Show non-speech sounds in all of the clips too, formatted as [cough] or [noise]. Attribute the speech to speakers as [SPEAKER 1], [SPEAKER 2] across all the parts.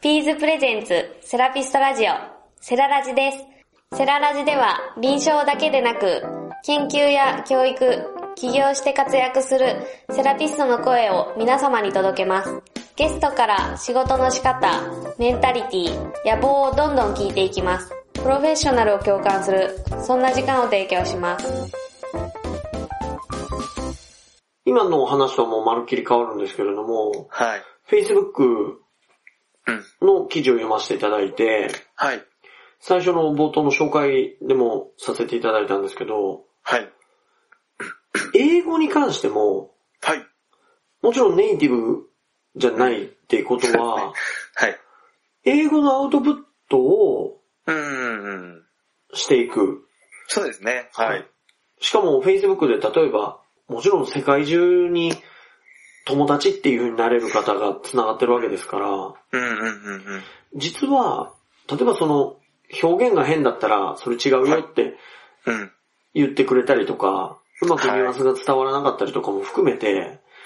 [SPEAKER 1] ピーズプレゼンツセラピストラジオセララジです。セララジでは臨床だけでなく研究や教育、起業して活躍するセラピストの声を皆様に届けます。ゲストから仕事の仕方、メンタリティ、野望をどんどん聞いていきます。プロフェッショナルを共感する、そんな時間を提供します。
[SPEAKER 2] 今のお話とはもうまるっきり変わるんですけれども、
[SPEAKER 3] はい。
[SPEAKER 2] Facebook
[SPEAKER 3] うん。
[SPEAKER 2] の記事を読ませていただいて、
[SPEAKER 3] はい。
[SPEAKER 2] 最初の冒頭の紹介でもさせていただいたんですけど、
[SPEAKER 3] はい。
[SPEAKER 2] 英語に関しても、
[SPEAKER 3] はい。
[SPEAKER 2] もちろんネイティブじゃないっていうことは、
[SPEAKER 3] はい。
[SPEAKER 2] 英語のアウトプットを
[SPEAKER 3] うーん。
[SPEAKER 2] していく。
[SPEAKER 3] そうですね。はい。
[SPEAKER 2] しかも Facebook で例えば、もちろん世界中に友達っていう風になれる方が繋がってるわけですから、
[SPEAKER 3] うんうんうんうん。
[SPEAKER 2] 実は、例えばその、表現が変だったら、それ違うよって
[SPEAKER 3] うん。
[SPEAKER 2] 言ってくれたりとか、うまくニュアンスが伝わらなかったりとかも含めて、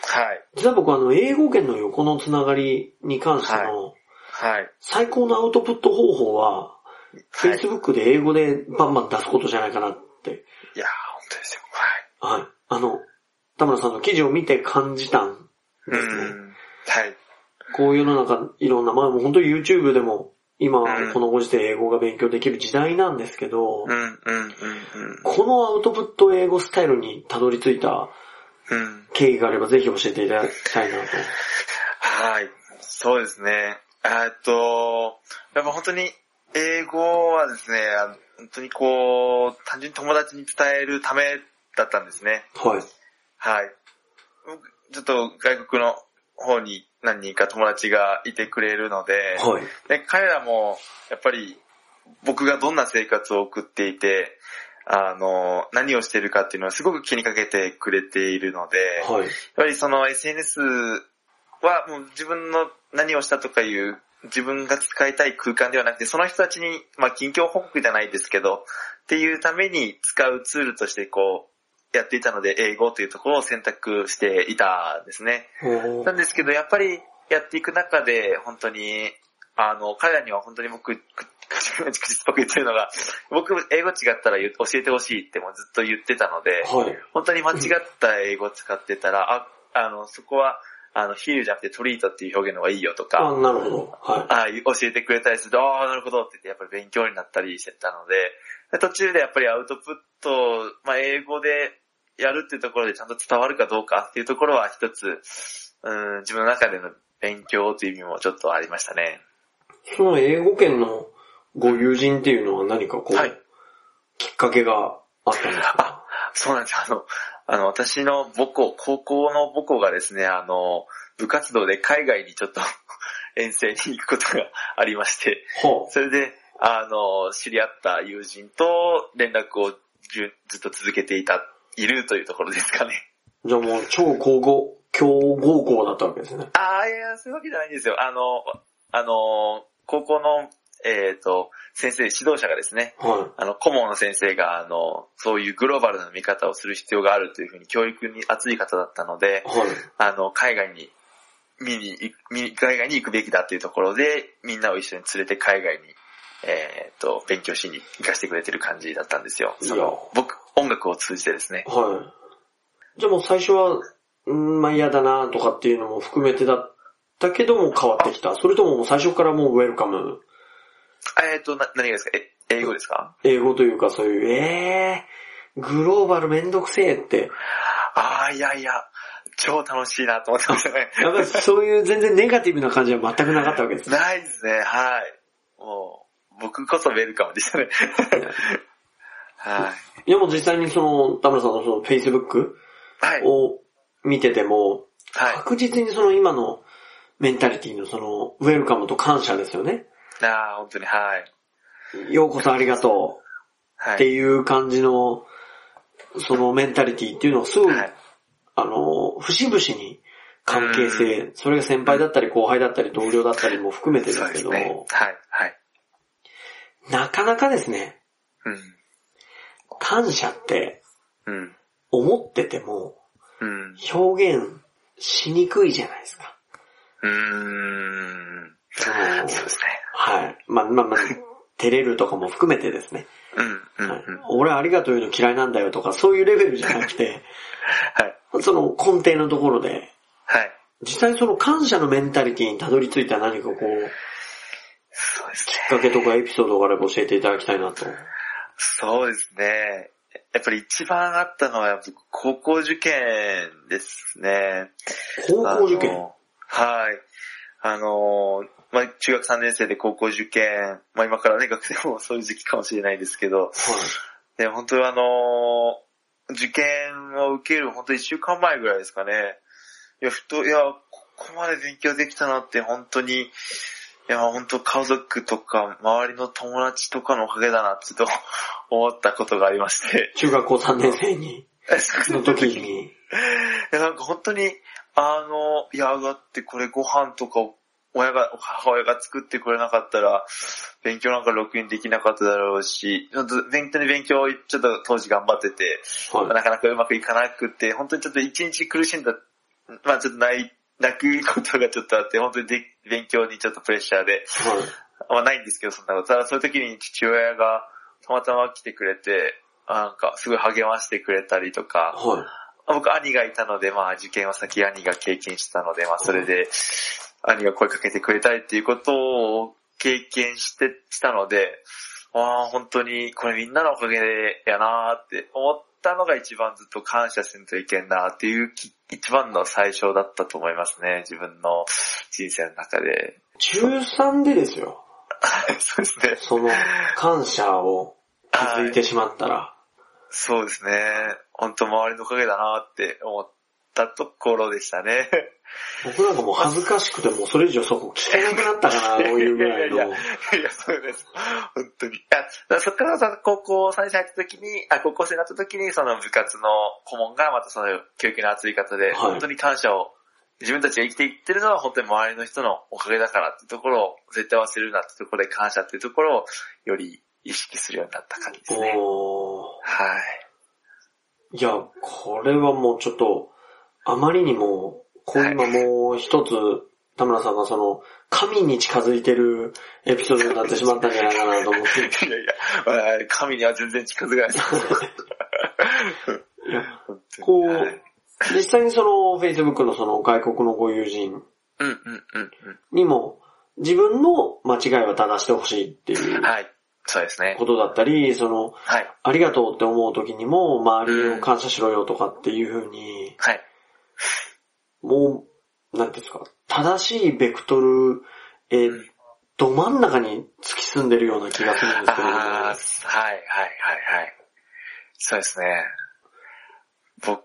[SPEAKER 3] はい。
[SPEAKER 2] 実は僕あの、英語圏の横のつながりに関しての、
[SPEAKER 3] はい。
[SPEAKER 2] 最高のアウトプット方法は、
[SPEAKER 3] はい。
[SPEAKER 2] Facebook で英語でバンバン出すことじゃないかなって、
[SPEAKER 3] いやー、本当ですよ。は
[SPEAKER 2] はい。あの、田村さんの記事を見て感じたんで
[SPEAKER 3] い。
[SPEAKER 2] すね。
[SPEAKER 3] うん。はい。
[SPEAKER 2] こういう世の中、いろんな、まあもう本当に YouTube でも、今
[SPEAKER 3] う、ん
[SPEAKER 2] このご時世英語が勉強できる時代なんですけど、
[SPEAKER 3] うんうんうん
[SPEAKER 2] このアウトプット英語スタイルにたどり着いた
[SPEAKER 3] うん。うん。
[SPEAKER 2] 経緯があればぜひ教えていただきたいなと。
[SPEAKER 3] はい。そうですね。えっと、やっぱ本当に英語はですね、あの本当にこう、単純に友達に伝えるためだったんですね。
[SPEAKER 2] はい。
[SPEAKER 3] はい。僕ちょっと外国の方に何人か友達がいてくれるので、
[SPEAKER 2] はい。
[SPEAKER 3] で彼らもやっぱり僕がどんな生活を送っていて、あの、何をしているかっていうのはすごく気にかけてくれているので、
[SPEAKER 2] はい。
[SPEAKER 3] やっぱりその SNS はもう自分の何をしたとかいう自分が使いたい空間ではなくて、その人たちに、まあ近況報告じゃないですけど、っていうために使うツールとしてこう、やっていたので、英語というところを選択していたんですね。
[SPEAKER 2] お
[SPEAKER 3] な
[SPEAKER 2] ー
[SPEAKER 3] んですけど、やっぱりやっていく中で、本当に、あの、彼らには本当に僕、く口々口っぽく言ってるのが、僕、英語違ったら言う教えてほしいってもうずっと言ってたので、
[SPEAKER 2] はい。
[SPEAKER 3] 本当に間違った英語使ってたら、あ、あの、そこは、あの、ヒールじゃなくてトリートっていう表現の方がいいよと
[SPEAKER 2] あ、
[SPEAKER 3] か、
[SPEAKER 2] なるほど。は
[SPEAKER 3] あ教えてくれたりすると、ああ、なるほどって言って、やっぱり勉強になったりしてたので、で途中でやっぱりアウトプットを、まあ、英語でやるっていうところでちゃんと伝わるかどうかっていうところは一つ、うん、自分の中での勉強という意味もちょっとありましたね。
[SPEAKER 2] い。その英語圏のご友人っていうのは何かこう、
[SPEAKER 3] はい
[SPEAKER 2] きっかけがあったんですか
[SPEAKER 3] そうなんですよ。あの、あの、私の母校、高校の母校がですね、あの、部活動で海外にちょっと [laughs] 遠征に行くことがありまして、
[SPEAKER 2] は
[SPEAKER 3] それで、あの、知り合った友人と連絡をじゅずっと続けていた、いるというところですかね。
[SPEAKER 2] あ。じゃあもう超高校、強豪校だったわけですね。
[SPEAKER 3] ああ、いや、そういうわけじゃないんですよ。あの、あの、高校の、えっ、と、先生、指導者がですね、
[SPEAKER 2] は
[SPEAKER 3] あの、顧問の先生が、あの、そういうグローバルな見方をする必要があるというふうに教育に熱い方だったので
[SPEAKER 2] い。、はい。
[SPEAKER 3] あの、海外に、見に行く、見に海外に行くべきだっていうところで、みんなを一緒に連れて海外に、えーっと、勉強しに行かせてくれてる感じだったんですよ。
[SPEAKER 2] いや
[SPEAKER 3] その、僕、音楽を通じてですね。
[SPEAKER 2] はい。じゃあもう最初は、うんまあ嫌だなとかっていうのも含めてだったけども変わってきた。それとももう最初からもうウェルカム
[SPEAKER 3] えーっと、な、何がですかえ、英語ですか
[SPEAKER 2] 英語というかそういう、えー、グローバルめんどくせえって、
[SPEAKER 3] ああ、いやいや、超楽しいなと思ってましたね。 [laughs]
[SPEAKER 2] やっぱりそういう全然ネガティブな感じは全くなかったわけですね。
[SPEAKER 3] ないですね、はい。もう、僕こそウェルカムでしたね。 [laughs] はい。
[SPEAKER 2] いやもう実際にその、田村さんのその Facebook
[SPEAKER 3] はい。
[SPEAKER 2] を見てても、
[SPEAKER 3] はい。
[SPEAKER 2] 確実にその今のメンタリティのその、ウェルカムと感謝ですよね。
[SPEAKER 3] ああ、本当に、はい。
[SPEAKER 2] ようこそありがとう
[SPEAKER 3] は
[SPEAKER 2] って
[SPEAKER 3] い。
[SPEAKER 2] いう感じの、そのメンタリティっていうのをすぐ、
[SPEAKER 3] はい。
[SPEAKER 2] あの、節々に関係性、それが先輩だったり後輩だったり同僚だったりも含めてです
[SPEAKER 3] そうで
[SPEAKER 2] け
[SPEAKER 3] す
[SPEAKER 2] ど、
[SPEAKER 3] ね。はい。はい。
[SPEAKER 2] なかなかですね、
[SPEAKER 3] うん。
[SPEAKER 2] 感謝って
[SPEAKER 3] うん。
[SPEAKER 2] 思ってても
[SPEAKER 3] うん。
[SPEAKER 2] 表現しにくいじゃないですか。
[SPEAKER 3] うーん。
[SPEAKER 2] あの
[SPEAKER 3] そうです
[SPEAKER 2] はい。まあまあまあ、照れるとかも含めてですね。
[SPEAKER 3] ね。うん、うん、
[SPEAKER 2] はい
[SPEAKER 3] うん。
[SPEAKER 2] 俺ありがとう言うの嫌いなんだよとか、そういうレベルじゃなくて、
[SPEAKER 3] [laughs] はい。
[SPEAKER 2] その根底のところで、
[SPEAKER 3] はい。
[SPEAKER 2] 実際その感謝のメンタリティにたどり着いた何かこう、
[SPEAKER 3] そうです
[SPEAKER 2] きっ
[SPEAKER 3] ね。
[SPEAKER 2] かけとかエピソードがあれば教えていただきたいなと。
[SPEAKER 3] そうですね。やっぱり一番あったのは、やっぱ高校受験ですね。
[SPEAKER 2] 高校受
[SPEAKER 3] あ
[SPEAKER 2] 験
[SPEAKER 3] のはい。あのー、まあ、中学3年生で高校受験、まあ、今からね、学生もそういう時期かもしれないですけど、で、本当にあのー受験を受ける本当一週間前ぐらいですかね。いや、ふと、いや、ここまで勉強できたなって本当に、いや、本当家族とか周りの友達とかのおかげだなって [laughs] ちょっと思ったことがありまして。
[SPEAKER 2] 中学校3年生に、の時
[SPEAKER 3] [laughs]
[SPEAKER 2] に。
[SPEAKER 3] いやなんか本当に、あの、いや、だってこれご飯とか、親が、母親が作ってくれなかったら、勉強なんかろくにできなかっただろうし、ちょっと勉強に勉強をちょっと当時頑張ってて、
[SPEAKER 2] はい。
[SPEAKER 3] なかなかうまくいかなくて、本当にちょっと一日苦しんだ、まあちょっと泣い、泣くことがちょっとあって、本当にで勉強にちょっとプレッシャーで、
[SPEAKER 2] はい。
[SPEAKER 3] まあないんですけど、そんなこと。ただそういう時に父親がたまたま来てくれて、なんかすごい励ましてくれたりとか、
[SPEAKER 2] はい。
[SPEAKER 3] 僕兄がいたので、まあ受験は先兄が経験したので、まあそれで、兄が声かけてくれたりっていうことを経験して、したので、ああ、本当にこれみんなのおかげでやなーって思ったのが一番ずっと感謝せんといけんなーっていうき一番の最初だったと思いますね、自分の人生の中で。
[SPEAKER 2] 中3でですよ。
[SPEAKER 3] そうですね。
[SPEAKER 2] その、感謝を気づいてしまったら。
[SPEAKER 3] そうですね。本当周りのおかげだなーって思ったところでしたね。
[SPEAKER 2] 僕なんかもう恥ずかしくて、もうそれ以上そこ聞けなくなったかな、こういうぐらいの。
[SPEAKER 3] [laughs] いや
[SPEAKER 2] はい
[SPEAKER 3] やい。いや、そうです。本当に。いや、だからそっからさ高校3年生になった時に、あ、高校生になった時に、その部活の顧問がまたその教育の熱い方で、
[SPEAKER 2] い
[SPEAKER 3] 本当に感謝を、自分たちが生きていってるのは本当に周りの人のおかげだからってところを絶対忘れるなってところで感謝っていうところをより意識するようになった感じですね。
[SPEAKER 2] お
[SPEAKER 3] はい。
[SPEAKER 2] ーいや、これはもうちょっと、あまりにも、こう
[SPEAKER 3] はい
[SPEAKER 2] 今もう一つ、田村さんがその、神に近づいてるエピソードになってしまったんじゃないかなと思
[SPEAKER 3] [laughs]
[SPEAKER 2] って。
[SPEAKER 3] いやいや、まあ神には全然近づかない
[SPEAKER 2] [laughs]
[SPEAKER 3] です。
[SPEAKER 2] いや
[SPEAKER 3] 本当に
[SPEAKER 2] こう
[SPEAKER 3] はい
[SPEAKER 2] 実際にその Facebook のその外国のご友人
[SPEAKER 3] うんうんうん
[SPEAKER 2] にも自分の間違いは正してほしいっていう
[SPEAKER 3] うん。はい。そうですね
[SPEAKER 2] こ。とだったり、その
[SPEAKER 3] はい。
[SPEAKER 2] ありがとうって思う時にも周りを感謝しろよとかっていう風に、
[SPEAKER 3] はい。
[SPEAKER 2] もう、なんていうんですか、正しいベクトル、えー
[SPEAKER 3] うん
[SPEAKER 2] ど真ん中に突き進んでるような気がするんですけれども、
[SPEAKER 3] ああー、はい、はい、はい、はい。そうですね。僕、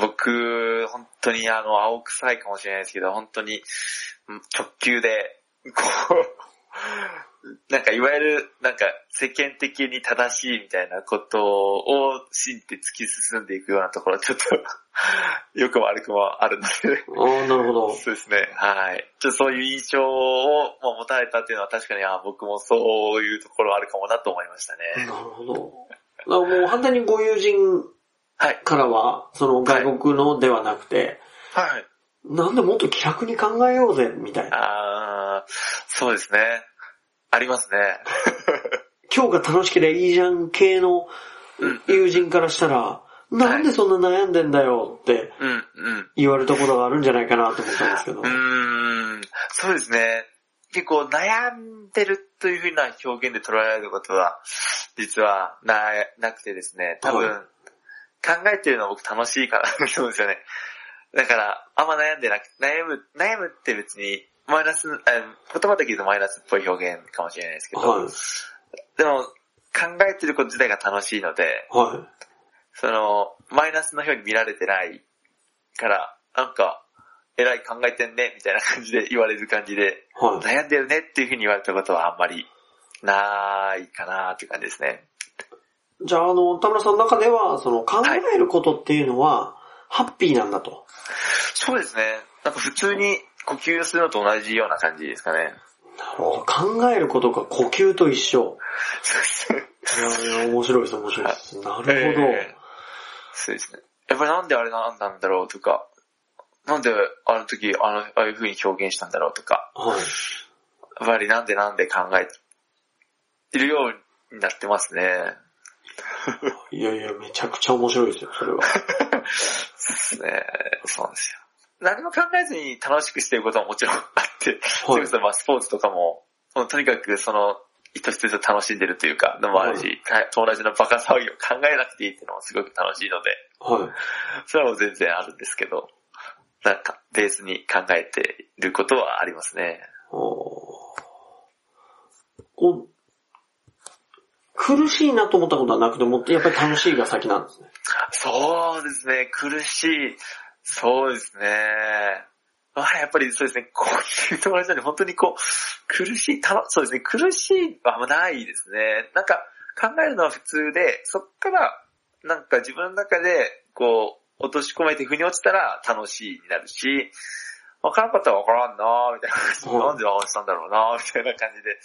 [SPEAKER 3] 僕、本当にあの、青臭いかもしれないですけど、本当に、うん直球で、こう、 [laughs] なんかいわゆる、なんか世間的に正しいみたいなことを信じて突き進んでいくようなところ、ちょっと、 [laughs] 良くも悪く [laughs] もあるので、
[SPEAKER 2] あー、なるほど。
[SPEAKER 3] そうですね。はい。ちょっとそういう印象をまあ持たれたっていうのは確かに、あ僕もそういうところあるかもなと思いました
[SPEAKER 2] な
[SPEAKER 3] ね。
[SPEAKER 2] るほど。だからもう反対にご友人
[SPEAKER 3] はい。
[SPEAKER 2] からは、その外国のではなくて、
[SPEAKER 3] はい。
[SPEAKER 2] なんでもっと気楽に考えようぜ、みたいな。
[SPEAKER 3] あーそうですね。ありますね。
[SPEAKER 2] 今日が楽しければいいじゃん系の友人からしたら、なんでそんな悩んでんだよって
[SPEAKER 3] うん、うん。
[SPEAKER 2] 言われたことがあるんじゃないかなと思ったんですけど
[SPEAKER 3] う。ーん、そうですね。結構悩んでるというふうな表現で捉えられることは、実はな、なくてですね、多分、
[SPEAKER 2] はい
[SPEAKER 3] 考えてるのは僕楽しいからだと思うんですよね。だから、あんま悩んでなく、悩む、悩むって別に、マイナス、あ言葉で言うとマイナスっぽい表現かもしれないですけど、
[SPEAKER 2] はい。
[SPEAKER 3] でも、考えてること自体が楽しいので、
[SPEAKER 2] は
[SPEAKER 3] その、マイナスの表に見られてないから、なんか、偉い考えてんね、みたいな感じで言われる感じで、
[SPEAKER 2] い。はい。
[SPEAKER 3] 悩んでるねっていう風に言われたことはあんまりないかなっていう感じですね。
[SPEAKER 2] じゃあ、あの、田村さんの中では、その考えることっていうのは、ハッピーなんだと。
[SPEAKER 3] そうですね。なんか普通に呼吸するのと同じような感じですか
[SPEAKER 2] な
[SPEAKER 3] ね。
[SPEAKER 2] るほど。考えることが呼吸と一緒。
[SPEAKER 3] そうですね。
[SPEAKER 2] いやいや、面白いです、面白いです。なるほど。
[SPEAKER 3] えーそうですね。やっぱりなんであれなんなんだろうとか、なんであの時あのああいう風に表現したんだろうとか、
[SPEAKER 2] はい。
[SPEAKER 3] やっぱりなんでなんで考えてるようになってますね。
[SPEAKER 2] いやいや、めちゃくちゃ面白いですよ、そ
[SPEAKER 3] [laughs]
[SPEAKER 2] れは。
[SPEAKER 3] そうですね。そうなんですよ。何も考えずに楽しくしていることはもちろんあって、それこそまあスポーツとかも、もうとにかくその、意図して楽しんでるというか、のもあるし、か友達のバカ騒ぎを考えなくていいっていうのもすごく楽しいので、
[SPEAKER 2] はい。
[SPEAKER 3] それはもう全然あるんですけど、なんか、ベースに考えていることはありますね。
[SPEAKER 2] おこう、苦しいなと思ったことはなくても、やっぱり楽しいが先なんですね。
[SPEAKER 3] そうですね、苦しい。そうですね。まあ、やっぱりそうですね、こういう友達なんで本当にこう、苦しい、たのそうですね、苦しいはあんまないですね。なんか、考えるのは普通で、そっから、なんか自分の中で、こう、落とし込めて腑に落ちたら楽しいになるし、わからんかったらわからんなぁ、みたいな感じで、
[SPEAKER 2] うん
[SPEAKER 3] なんでわしたんだろうなぁ、みたいな感じで、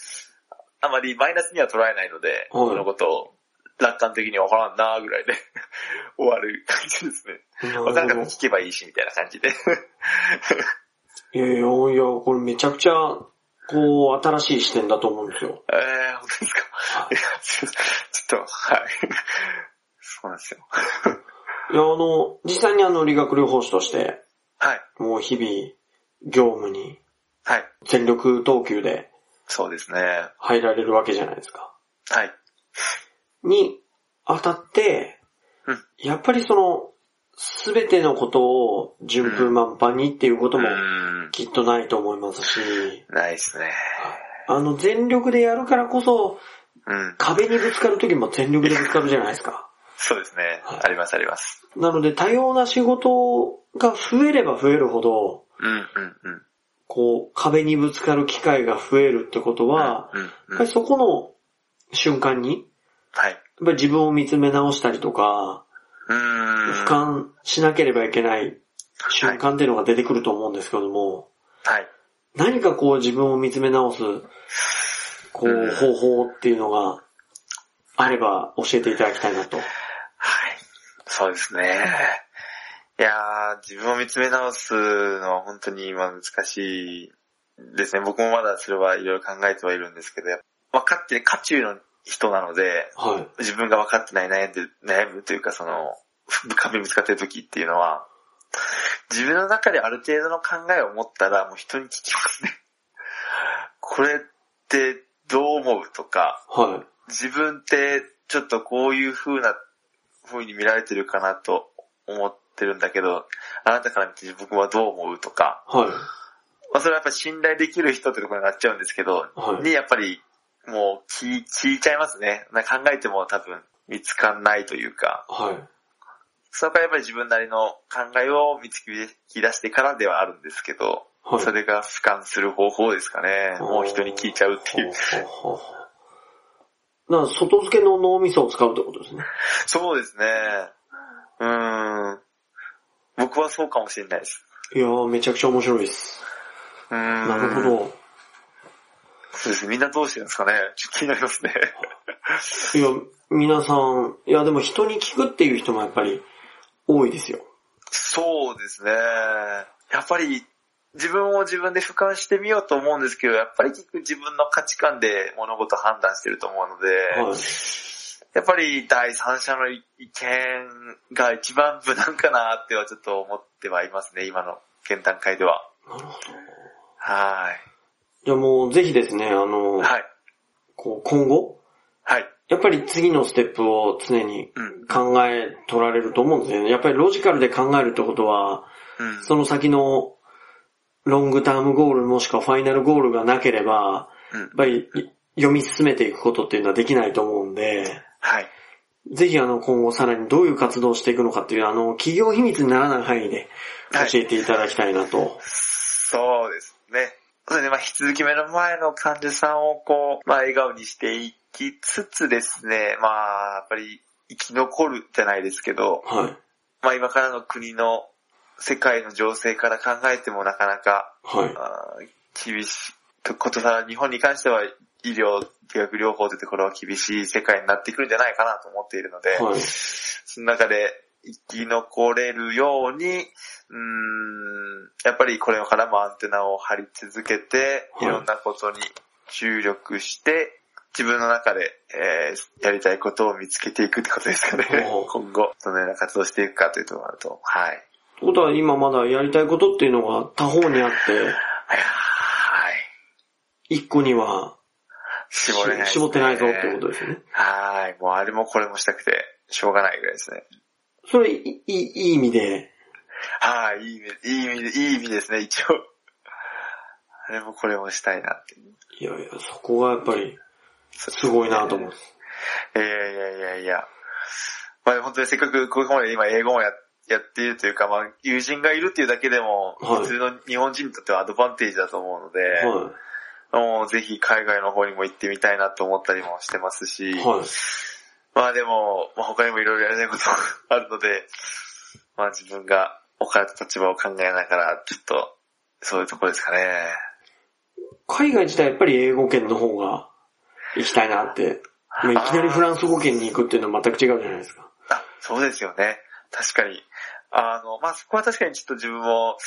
[SPEAKER 3] あまりマイナスには捉えないので、
[SPEAKER 2] うん
[SPEAKER 3] そのことを楽観的にわからんなぁ、ぐらいで [laughs] 終わる感じですね。 [laughs] わか
[SPEAKER 2] な
[SPEAKER 3] ら
[SPEAKER 2] る
[SPEAKER 3] な
[SPEAKER 2] ほ
[SPEAKER 3] く
[SPEAKER 2] ど
[SPEAKER 3] て聞けばいいし、みたいな感じで。 [laughs]
[SPEAKER 2] いやいやいや、これめちゃくちゃ、こう、新しい視点だと思うんですよ。
[SPEAKER 3] えー、本当ですかいや、ちょちょっと、はい。そうなんですよ。
[SPEAKER 2] いや、あの、実際にあの、理学療法士として、
[SPEAKER 3] はい。
[SPEAKER 2] もう日々、業務に
[SPEAKER 3] はい。
[SPEAKER 2] 全力投球で
[SPEAKER 3] そうですね。は
[SPEAKER 2] 入られるわけじゃないですか。
[SPEAKER 3] い。
[SPEAKER 2] に、当たって
[SPEAKER 3] うん、
[SPEAKER 2] やっぱりその、すべてのことを順風満帆にっていうこと
[SPEAKER 3] う
[SPEAKER 2] も
[SPEAKER 3] ーん。
[SPEAKER 2] きっとないと思いますし、
[SPEAKER 3] ないですね。
[SPEAKER 2] あの、全力でやるからこそ、
[SPEAKER 3] うん。
[SPEAKER 2] 壁にぶつかるときも全力でぶつかるじゃないですか。
[SPEAKER 3] そうですね。
[SPEAKER 2] はい
[SPEAKER 3] ありますあります。
[SPEAKER 2] なので、多様な仕事が増えれば増えるほど、
[SPEAKER 3] うんうんうん。
[SPEAKER 2] こう、壁にぶつかる機会が増えるってことは、
[SPEAKER 3] うん
[SPEAKER 2] やっ
[SPEAKER 3] う
[SPEAKER 2] ぱ
[SPEAKER 3] ん
[SPEAKER 2] り。そこの瞬間に、
[SPEAKER 3] はい。
[SPEAKER 2] やっぱり自分を見つめ直したりとか、
[SPEAKER 3] うーん。
[SPEAKER 2] 俯瞰しなければいけない瞬間っていうのが出てくると思うんですけども、
[SPEAKER 3] はい。
[SPEAKER 2] 何かこう自分を見つめ直す、こ
[SPEAKER 3] う
[SPEAKER 2] う、
[SPEAKER 3] ん
[SPEAKER 2] 方法っていうのがあれば教えていただきたいなと。
[SPEAKER 3] はい。そうですね。いやー、自分を見つめ直すのは本当に今難しいですね。僕もまだそれはいろいろ考えてはいるんですけど、分かってる渦中の人なので、
[SPEAKER 2] はい。
[SPEAKER 3] 自分が分かってない悩んで、悩むというかその、壁にぶつかってる時っていうのは、自分の中である程度の考えを持ったらもう人に聞きますね。これってどう思うとか、
[SPEAKER 2] はい。
[SPEAKER 3] 自分ってちょっとこういう風な風に見られてるかなと思ってるんだけど、あなたから見て僕はどう思うとか、
[SPEAKER 2] はい。
[SPEAKER 3] まあ、それはやっぱ信頼できる人ってところになっちゃうんですけど、
[SPEAKER 2] はい
[SPEAKER 3] にやっぱりもう聞い聞いちゃいますね。なんか考えても多分見つかんないというか、
[SPEAKER 2] はい。
[SPEAKER 3] そこはやっぱり自分なりの考えを見つき出してからではあるんですけど、
[SPEAKER 2] はい
[SPEAKER 3] それが俯瞰する方法ですかね。もう人に聞いちゃうっていう。
[SPEAKER 2] ほうほうほう。だから外付けの脳みそを使うってことですね。
[SPEAKER 3] そうですね。うーん。僕はそうかもしれないです。
[SPEAKER 2] いやー、めちゃくちゃ面白いです。
[SPEAKER 3] うーん。
[SPEAKER 2] なるほ。ど。
[SPEAKER 3] そうですね。みんなどうしてるんですかね。ちょっと気になりますね。
[SPEAKER 2] いや、皆さん、いやでも人に聞くっていう人もやっぱり多いですよ。
[SPEAKER 3] そうですね。やっぱり、自分を自分で俯瞰してみようと思うんですけど、やっぱり結局自分の価値観で物事を判断してると思うので、
[SPEAKER 2] はい。
[SPEAKER 3] やっぱり第三者の意見が一番無難かなってはちょっと思ってはいますね、今の現段階では。
[SPEAKER 2] なるほど。
[SPEAKER 3] は
[SPEAKER 2] じゃあもうぜひですね、あ
[SPEAKER 3] ー
[SPEAKER 2] の
[SPEAKER 3] い。、はい。
[SPEAKER 2] こう今後、
[SPEAKER 3] はい。
[SPEAKER 2] やっぱり次のステップを常に
[SPEAKER 3] うん。
[SPEAKER 2] 考え取られると思うんですよね。やっぱりロジカルで考えるってことは、
[SPEAKER 3] うん。
[SPEAKER 2] その先のロングタームゴールもしくはファイナルゴールがなければ、
[SPEAKER 3] うん
[SPEAKER 2] やっ。ぱり読み進めていくことっていうのはできないと思うんで、
[SPEAKER 3] はい。
[SPEAKER 2] ぜひあの今後さらにどういう活動をしていくのかっていうあの企業秘密にならない範囲で
[SPEAKER 3] はい
[SPEAKER 2] 教えていただきたいなと。
[SPEAKER 3] そうですね。それで、まあ、引き続き目の前の患者さんをこう、まあ、笑顔にしていきつつですね、まあ、やっぱり生き残るじゃないですけど、
[SPEAKER 2] はい。
[SPEAKER 3] まあ、今からの国の世界の情勢から考えてもなかなか、
[SPEAKER 2] はい。
[SPEAKER 3] あー厳しい。とことさら、日本に関しては医療、医学療法というところは厳しい世界になってくるんじゃないかなと思っているので、
[SPEAKER 2] はい。
[SPEAKER 3] [laughs] その中で、生き残れるように、うん、やっぱりこれからもアンテナを張り続けて、
[SPEAKER 2] はい
[SPEAKER 3] いろんなことに注力して、自分の中で、えーやりたいことを見つけていくってことですかね
[SPEAKER 2] おー。
[SPEAKER 3] 今後、どのような活動をしていくかというところだと、はい。
[SPEAKER 2] ってことは今まだやりたいことっていうのが他方にあっ
[SPEAKER 3] はい。
[SPEAKER 2] て、一個には
[SPEAKER 3] 絞れない、
[SPEAKER 2] 絞ってないぞってこと
[SPEAKER 3] で。
[SPEAKER 2] ですよね。
[SPEAKER 3] はい。もうあれもこれもしたくて、しょうがないぐらいですね。
[SPEAKER 2] それ、いい、いい意味で、
[SPEAKER 3] はい、いい意味、いい意味で、いい意味ですね、一応。あれもこれもしたいなって。
[SPEAKER 2] いやいや、そこがやっぱり、すごいなと思う。
[SPEAKER 3] いやいやいやいや。まあ本当にせっかくここまで今英語もややっているというか、まあ友人がいるっていうだけでも、
[SPEAKER 2] はい
[SPEAKER 3] 普通の日本人にとってはアドバンテージだと思うので、
[SPEAKER 2] は
[SPEAKER 3] もうぜひ海外の方にも行ってみたいなと思ったりもしてますし、
[SPEAKER 2] い。はい。
[SPEAKER 3] まあでも、まあ、他にもいろいろやりたいことがあるので、まあ自分が置かれた立場を考えながら、ちょっと、そういうところですかね。
[SPEAKER 2] 海外自体やっぱり英語圏の方が行きたいなって。もういきなりフランス語圏に行くっていうのは全く違うじゃないですか。
[SPEAKER 3] あ、そうですよね。確かに。あの、まあ、そこは確かにちょっと自分も、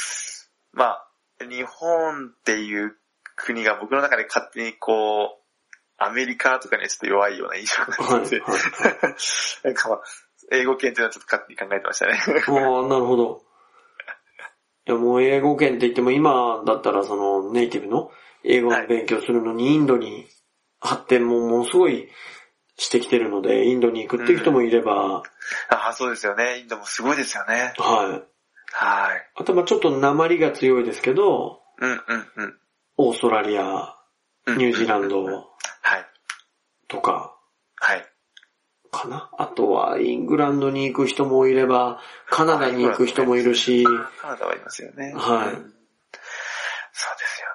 [SPEAKER 3] まあ、日本っていう国が僕の中で勝手にこう、アメリカとかにはちょっと弱いような印象があ
[SPEAKER 2] はい。
[SPEAKER 3] っ
[SPEAKER 2] は
[SPEAKER 3] て、
[SPEAKER 2] い、 [laughs]
[SPEAKER 3] なんかまあ、英語圏っていうのはちょっと勝手に考えてましたね。 [laughs]
[SPEAKER 2] ああ、なるほど。いや、もう英語圏って言っても今だったらそのネイティブの英語の勉強するのにインドに発展もものすごいしてきてるので、インドに行くっていう人もいれば、
[SPEAKER 3] ああ、そうですよね。インドもすごいですよね。
[SPEAKER 2] はい。
[SPEAKER 3] はい。
[SPEAKER 2] あとまあちょっと鉛が強いですけど、
[SPEAKER 3] うんうんうん
[SPEAKER 2] オーストラリア、
[SPEAKER 3] うん。
[SPEAKER 2] ニュージーランド
[SPEAKER 3] はい。
[SPEAKER 2] とか
[SPEAKER 3] はい。
[SPEAKER 2] かな。あとはイングランドに行く人もいれば、カナダに行く人もいるし、
[SPEAKER 3] カナダはいますよね。
[SPEAKER 2] はい
[SPEAKER 3] うんそう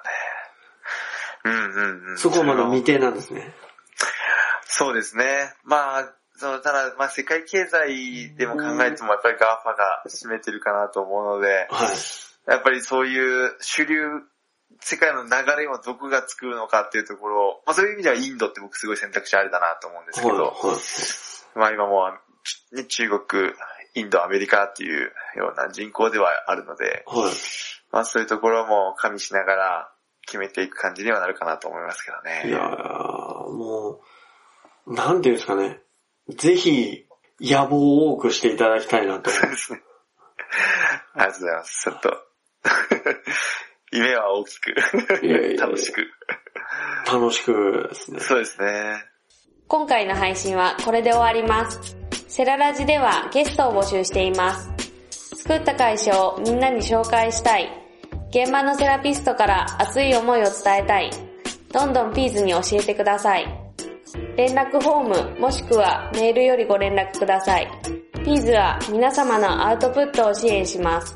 [SPEAKER 3] ですよね。うんうんうん。
[SPEAKER 2] そこはまだ未
[SPEAKER 3] て。
[SPEAKER 2] 定なんですね。
[SPEAKER 3] そうですね。まあ、そのただ、まあ世界経済でも考えてもやっぱりガーファが占めてるかなと思うので、
[SPEAKER 2] はい。
[SPEAKER 3] やっぱりそういう主流、世界の流れをどこが作るのかっていうところを、まあそういう意味ではインドって僕すごい選択肢ありだなと思うんですけ
[SPEAKER 2] はい。
[SPEAKER 3] ど、
[SPEAKER 2] はい。
[SPEAKER 3] まあ今もうね中国、インド、アメリカっていうような人口ではあるので、
[SPEAKER 2] はい。
[SPEAKER 3] まあそういうところも加味しながら決めていく感じにはなるかなと思いますけどね。
[SPEAKER 2] いやーもう、なんていうんですかね。ぜひ、野望を多くしていただきたいなと。
[SPEAKER 3] ありがとうございます。ちょっと、 [laughs] 夢は大きく
[SPEAKER 2] いやいやい、や
[SPEAKER 3] 楽しく。
[SPEAKER 2] 楽しくですね。
[SPEAKER 3] そうですね。
[SPEAKER 1] 今回の配信はこれで終わります。セララジではゲストを募集しています。作った会社をみんなに紹介したい。現場のセラピストから熱い思いを伝えたい。どんどんピーズに教えてください。連絡フォームもしくはメールよりご連絡ください。ピーズは皆様のアウトプットを支援します。